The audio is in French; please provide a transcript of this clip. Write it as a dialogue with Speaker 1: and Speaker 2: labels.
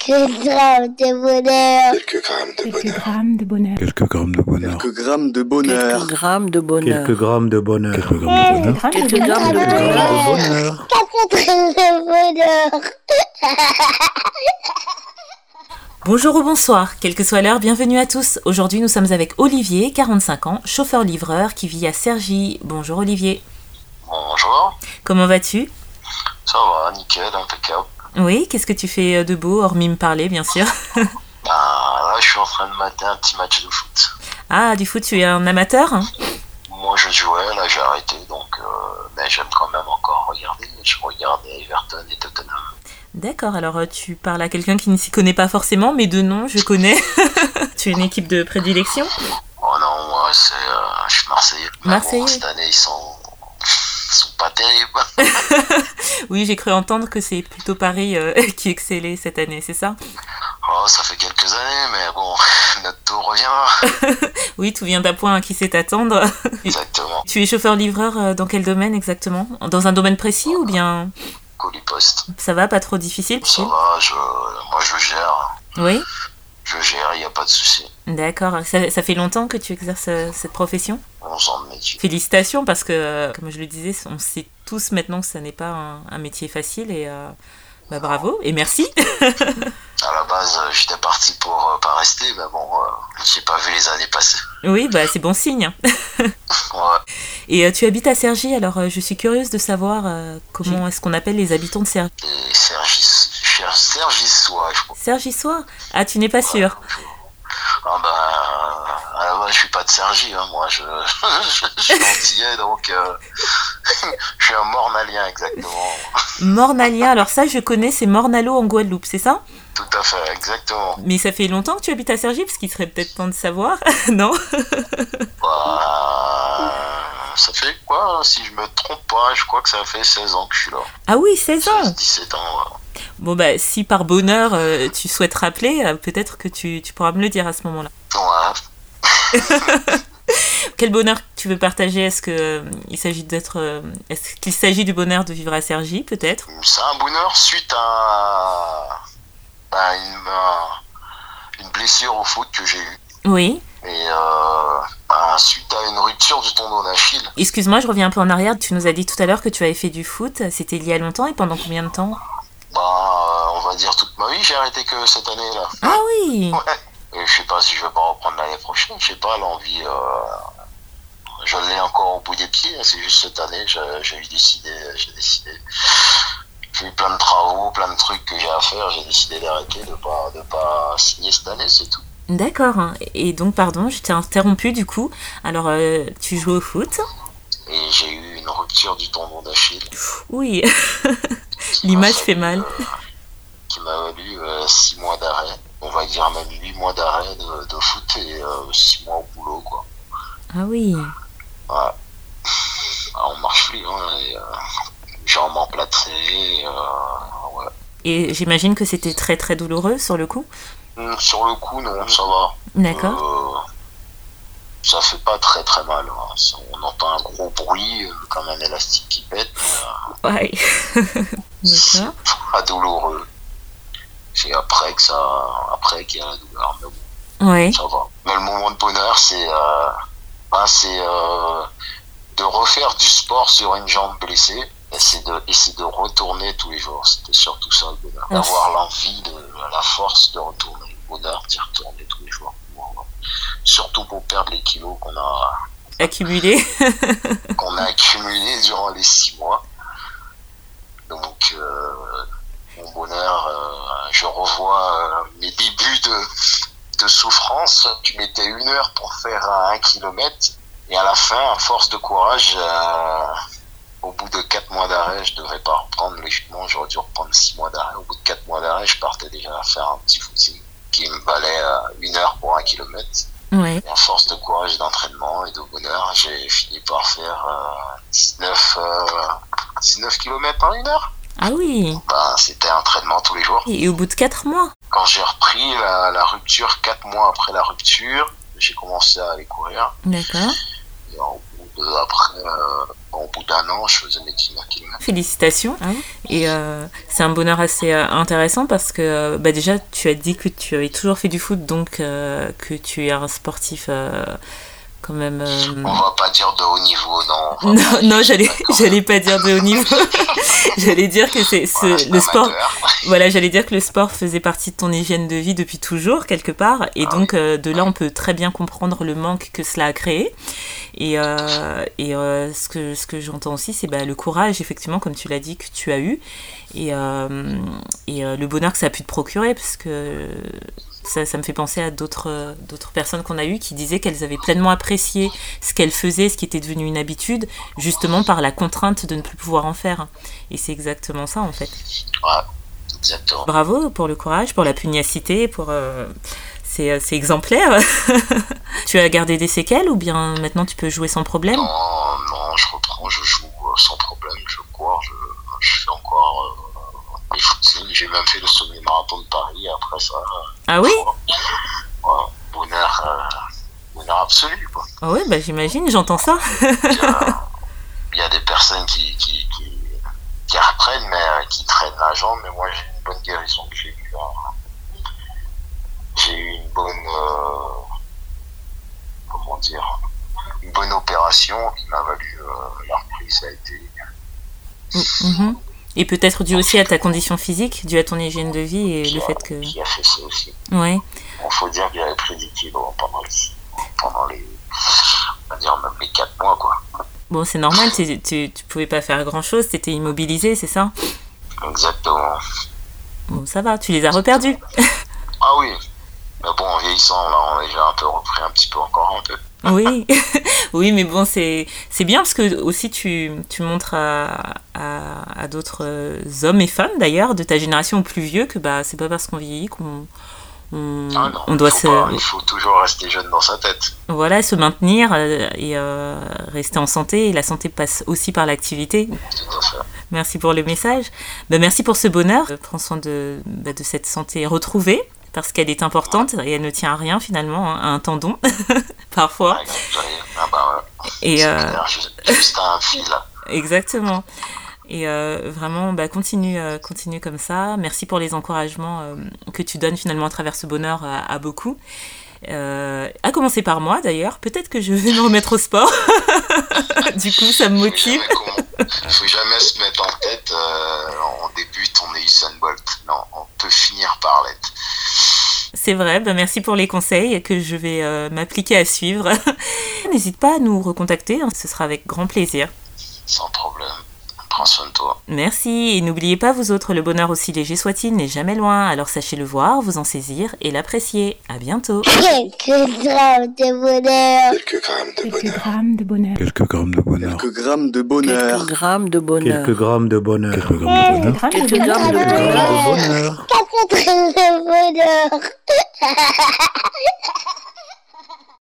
Speaker 1: Quelques grammes de bonheur.
Speaker 2: Quelques grammes de
Speaker 3: Quelques
Speaker 2: bonheur.
Speaker 3: grammes de bonheur.
Speaker 4: Quelques grammes de bonheur.
Speaker 5: Quelques grammes de
Speaker 6: Quelques
Speaker 5: bonheur.
Speaker 6: grammes de bonheur.
Speaker 7: Quelques grammes de bonheur.
Speaker 4: Quelques grammes de bonheur.
Speaker 3: Quelques
Speaker 6: Quelques
Speaker 3: grammes
Speaker 6: grammes
Speaker 3: de
Speaker 6: de
Speaker 3: bonheur.
Speaker 7: bonheur.
Speaker 1: Quatre grammes de bonheur.
Speaker 8: Bonjour ou bonsoir, quelle que soit l'heure, bienvenue à tous. Aujourd'hui, nous sommes avec Olivier, 45 ans, chauffeur-livreur qui vit à Cergy. Bonjour Olivier,
Speaker 2: Bonjour,
Speaker 8: comment vas-tu
Speaker 2: ça va, Oh, hein, nickel, impeccable.
Speaker 8: Oui, qu'est-ce que tu fais de beau, hormis me parler, bien sûr
Speaker 2: Ben là, je suis en train de mater un petit match de foot.
Speaker 8: Ah, du foot, tu es un amateur hein
Speaker 2: Moi, je jouais, là, j'ai arrêté, donc, euh, mais j'aime quand même encore regarder. Je regardais Everton et Tottenham.
Speaker 8: D'accord, alors euh, tu parles à quelqu'un qui ne s'y connaît pas forcément, mais de nom, je connais. tu es une équipe de prédilection
Speaker 2: Oh non, moi, c'est, euh, je suis Marseillais. Mais bon,
Speaker 8: Marseillais.
Speaker 2: cette année, ils sont, ils sont pas terribles.
Speaker 8: Oui, j'ai cru entendre que c'est plutôt Paris euh, qui excellait cette année, c'est ça
Speaker 2: Oh, ça fait quelques années, mais bon, notre tour reviendra.
Speaker 8: Oui, tout vient d'appoint à qui sait attendre.
Speaker 2: Exactement,
Speaker 8: tu es chauffeur-livreur euh, dans quel domaine exactement Dans un domaine précis ou bien
Speaker 2: Colipost.
Speaker 8: ça va, pas trop difficile
Speaker 2: Ça va, je, moi, je gère.
Speaker 8: Oui,
Speaker 2: Je gère, il n'y a pas de souci.
Speaker 8: d'accord. Ça, ça fait longtemps que tu exerces euh, cette profession
Speaker 2: 11 ans de métier.
Speaker 8: Félicitations parce que, euh, comme je le disais, on sait tous maintenant que ça n'est pas un, un métier facile et euh, bah, bravo et merci.
Speaker 2: À la base, euh, j'étais parti pour euh, pas rester, mais bon, euh, j'ai pas vu les années passer.
Speaker 8: oui, bah, c'est bon signe.
Speaker 2: Ouais.
Speaker 8: Et euh, tu habites à Cergy, alors euh, je suis curieuse de savoir euh, comment est-ce qu'on appelle les habitants de Cergy.
Speaker 2: Et Sergis, cher Sergis, ouais, je crois.
Speaker 8: Cergy-Soir Ah, tu n'es pas sûr.
Speaker 2: Ah ben, à la base, je suis pas de Sergi, hein, moi, je, je, je suis antillais, donc euh, je suis un mornalien, exactement.
Speaker 8: Mornalia, alors ça je connais, c'est Mornalo en Guadeloupe, c'est ça
Speaker 2: Tout à fait, exactement.
Speaker 8: Mais ça fait longtemps que tu habites à Cergy, parce qu'il serait peut-être temps de savoir, non
Speaker 2: Bah, ça fait quoi, hein, si je me trompe pas, je crois que ça fait 16 ans que je suis là.
Speaker 8: Ah oui, 16 ans
Speaker 2: 16, 17 ans, ouais.
Speaker 8: Bon bah si par bonheur euh, tu souhaites rappeler, euh, peut-être que tu, tu pourras me le dire à ce moment-là.
Speaker 2: Ouais,
Speaker 8: Quel bonheur tu veux partager Est-ce que euh, il s'agit d'être, euh, est-ce qu'il s'agit du bonheur de vivre à Cergy, peut-être
Speaker 2: C'est un bonheur suite à, à une, à une blessure au foot que j'ai eue.
Speaker 8: Oui.
Speaker 2: Et euh, à- suite à une rupture du tendon d'Achille,
Speaker 8: Excuse-moi, je reviens un peu en arrière. Tu nous as dit tout à l'heure que tu avais fait du foot. C'était il y a longtemps et pendant combien de temps
Speaker 2: bah, euh, on va dire toute ma vie, j'ai arrêté que cette année-là.
Speaker 8: Ah oui
Speaker 2: Et je sais pas si je vais pas reprendre l'année prochaine, je sais pas, l'envie, euh, je l'ai encore au bout des pieds, hein, c'est juste cette année, je- j'ai eu décidé, j'ai décidé. J'ai eu plein de travaux, plein de trucs que j'ai à faire, j'ai décidé d'arrêter, de pas, de pas signer cette année, c'est tout.
Speaker 8: D'accord. Et donc, pardon, je t'ai interrompu du coup. Alors, euh, tu joues au foot
Speaker 2: et j'ai eu une rupture du tendon d'Achille.
Speaker 8: Oui.
Speaker 2: qui m'a
Speaker 8: L'image
Speaker 2: fallu,
Speaker 8: fait mal.
Speaker 2: euh, qui m'a valu 6 mois d'arrêt, on va dire même 8 mois d'arrêt de, de foot et 6 mois au boulot. quoi.
Speaker 8: Ah oui.
Speaker 2: Voilà. Ah, on marche plus, hein, et, euh, jambes emplâtrées. euh, ouais.
Speaker 8: Et j'imagine que c'était très très douloureux sur le coup.
Speaker 2: Hum, Sur le coup, non, ça va.
Speaker 8: D'accord.
Speaker 2: Euh, ça fait pas très très mal. hein. Ça- On entend un gros bruit, euh, comme un élastique qui pète. euh,
Speaker 8: Oh. Ouais.
Speaker 2: c'est
Speaker 8: D'accord.
Speaker 2: pas douloureux. C'est après que ça, après qu'il y a la douleur, mais bon,
Speaker 8: Ouais.
Speaker 2: ça va. Mais le moment de bonheur, c'est, euh, ben, c'est euh, de refaire du sport sur une jambe blessée. Et c'est de, et c'est de retourner tous les jours. C'était surtout ça le bonheur.
Speaker 8: Ah,
Speaker 2: D'avoir l'envie, de, la force de retourner. Le bonheur d'y retourner tous les jours. Voilà. Surtout pour perdre les kilos qu'on a,
Speaker 8: Accumulé.
Speaker 2: qu'on a accumulé durant les six mois. Donc, euh, mon bonheur, euh, je revois euh, mes débuts de, de souffrance. Je mettais une heure pour faire un, un kilomètre. Et à la fin, à force de courage, euh, au bout de quatre mois d'arrêt, je devais pas reprendre logiquement. J'aurais dû reprendre six mois d'arrêt. Au bout de quatre mois d'arrêt, je partais déjà à faire un petit footing qui me valait euh, une heure pour un kilomètre.
Speaker 8: Ouais.
Speaker 2: Et à force de courage, d'entraînement et de bonheur, j'ai fini par faire euh, 19, euh, 19 km en une heure.
Speaker 8: Ah oui.
Speaker 2: Ben, c'était un entraînement tous les jours.
Speaker 8: Et au bout de quatre mois.
Speaker 2: Quand j'ai repris la, la rupture, 4 mois après la rupture, j'ai commencé à aller courir.
Speaker 8: D'accord.
Speaker 2: Et au bout Euh, après, euh, au bout d'un an, je faisais mes kidnappings.
Speaker 8: Félicitations. Et euh, c'est un bonheur assez euh, intéressant parce que euh, bah déjà, tu as dit que tu avais toujours fait du foot, donc euh, que tu es un sportif euh, quand même. euh,
Speaker 2: On va pas dire de haut niveau, non. on va
Speaker 8: Non,
Speaker 2: pas dire
Speaker 8: non, j'allais,
Speaker 2: d'accord.
Speaker 8: j'allais pas dire de haut niveau. j'allais dire que c'est, c'est-
Speaker 2: Voilà, je suis
Speaker 8: le sport.
Speaker 2: amateur.
Speaker 8: Voilà, j'allais dire que le sport faisait partie de ton hygiène de vie depuis toujours quelque part, et
Speaker 2: Ah
Speaker 8: donc euh, de là on peut très bien comprendre le manque que cela a créé. Et, euh, et euh, ce que ce que j'entends aussi, c'est bah, le courage effectivement, comme tu l'as dit, que tu as eu, et euh, et euh, le bonheur que ça a pu te procurer, parce que ça, ça me fait penser à d'autres euh, d'autres personnes qu'on a eues qui disaient qu'elles avaient pleinement apprécié ce qu'elles faisaient, ce qui était devenu une habitude, justement par la contrainte de ne plus pouvoir en faire. Et c'est exactement ça en fait.
Speaker 2: Exactement.
Speaker 8: Bravo pour le courage, pour la pugnacité, pour euh, c'est euh, c'est exemplaire. tu as gardé des séquelles ou bien maintenant tu peux jouer sans problème
Speaker 2: Non, non, je reprends, je joue euh, sans problème, je cours, je, je fais encore euh, des footings. J'ai même fait le semi-marathon de Paris après ça. euh,
Speaker 8: Ah oui
Speaker 2: Voilà, bonheur, euh, bonheur absolu. Quoi.
Speaker 8: Ah oui, bah j'imagine, j'entends ça.
Speaker 2: Il, y a, il y a des personnes qui, qui, qui, qui reprennent, mais euh, qui traînent la jambe. Mais moi, j'ai une bonne guérison que j'ai eue. euh, j'ai eu une bonne. euh, comment dire Une bonne opération qui m'a valu euh, la reprise. Ça a été.
Speaker 8: Mhm. Et peut-être dû aussi à ta condition physique, dû à ton hygiène de vie et le fait que
Speaker 2: Qui a fait ça aussi.
Speaker 8: ouais.
Speaker 2: Bon, faut dire qu'il avait pris du kilo pendant les, pendant les, on va dire même les 4 mois, quoi.
Speaker 8: Bon, c'est normal, tu, tu, tu pouvais pas faire grand-chose, t'étais immobilisé, c'est ça
Speaker 2: Exactement.
Speaker 8: Bon, ça va, tu les as reperdus.
Speaker 2: Ah oui. Mais bon, en vieillissant, là, on a déjà un peu repris un petit peu encore un peu.
Speaker 8: Oui, oui, mais bon, c'est c'est bien parce que aussi tu, tu montres à, à, à d'autres euh, hommes et femmes d'ailleurs de ta génération ou plus vieux que bah c'est pas parce qu'on vieillit qu'on on,
Speaker 2: Ah non,
Speaker 8: Mm. on doit
Speaker 2: faut
Speaker 8: se
Speaker 2: pas- il faut toujours rester jeune dans sa tête.
Speaker 8: voilà se maintenir euh, et euh, rester en santé et la santé passe aussi par l'activité.
Speaker 2: Tout à fait.
Speaker 8: Merci pour le message. Bah, merci pour ce bonheur. Euh, Prends soin de bah, de cette santé retrouvée parce qu'elle est importante et elle ne tient à rien finalement hein, à un tendon parfois
Speaker 2: Par exemple, vous voyez, Ah bah ouais.
Speaker 8: et
Speaker 2: C'est
Speaker 8: euh,
Speaker 2: clair, juste, juste un fil. là.
Speaker 8: Exactement. Et euh, vraiment, bah, continue, euh, continue comme ça. Merci pour les encouragements euh, que tu donnes finalement à travers ce bonheur à, à beaucoup. Euh, à commencer par moi d'ailleurs. Peut-être que je vais me remettre au sport. du coup, ça me
Speaker 2: Faut
Speaker 8: motive.
Speaker 2: jamais qu'on- faut jamais se mettre en tête, euh, on débute, on est Usain Bolt. Non, on peut finir par l'être.
Speaker 8: C'est vrai. bah, merci pour les conseils que je vais euh, m'appliquer à suivre. N'hésite pas à nous recontacter. hein, ce sera avec grand plaisir.
Speaker 2: Sans problème. Prends soin de toi.
Speaker 8: Merci. Et n'oubliez pas, vous autres, le bonheur aussi léger soit-il n'est jamais loin. Alors sachez le voir, vous en saisir et l'apprécier. À bientôt.
Speaker 1: Quelques grammes de bonheur.
Speaker 3: Quelques grammes de
Speaker 4: Quelques
Speaker 3: bonheur.
Speaker 4: grammes de bonheur.
Speaker 7: Quelques grammes de bonheur.
Speaker 5: Quelques grammes de bonheur.
Speaker 6: Quelques grammes de bonheur.
Speaker 7: Quelques grammes de bonheur. Quelques grammes
Speaker 4: Grammes
Speaker 7: de bonheur.
Speaker 4: de bonheur.
Speaker 6: Quelques grammes de
Speaker 1: bonheur.
Speaker 7: bonheur.
Speaker 1: Quatre grammes de bonheur.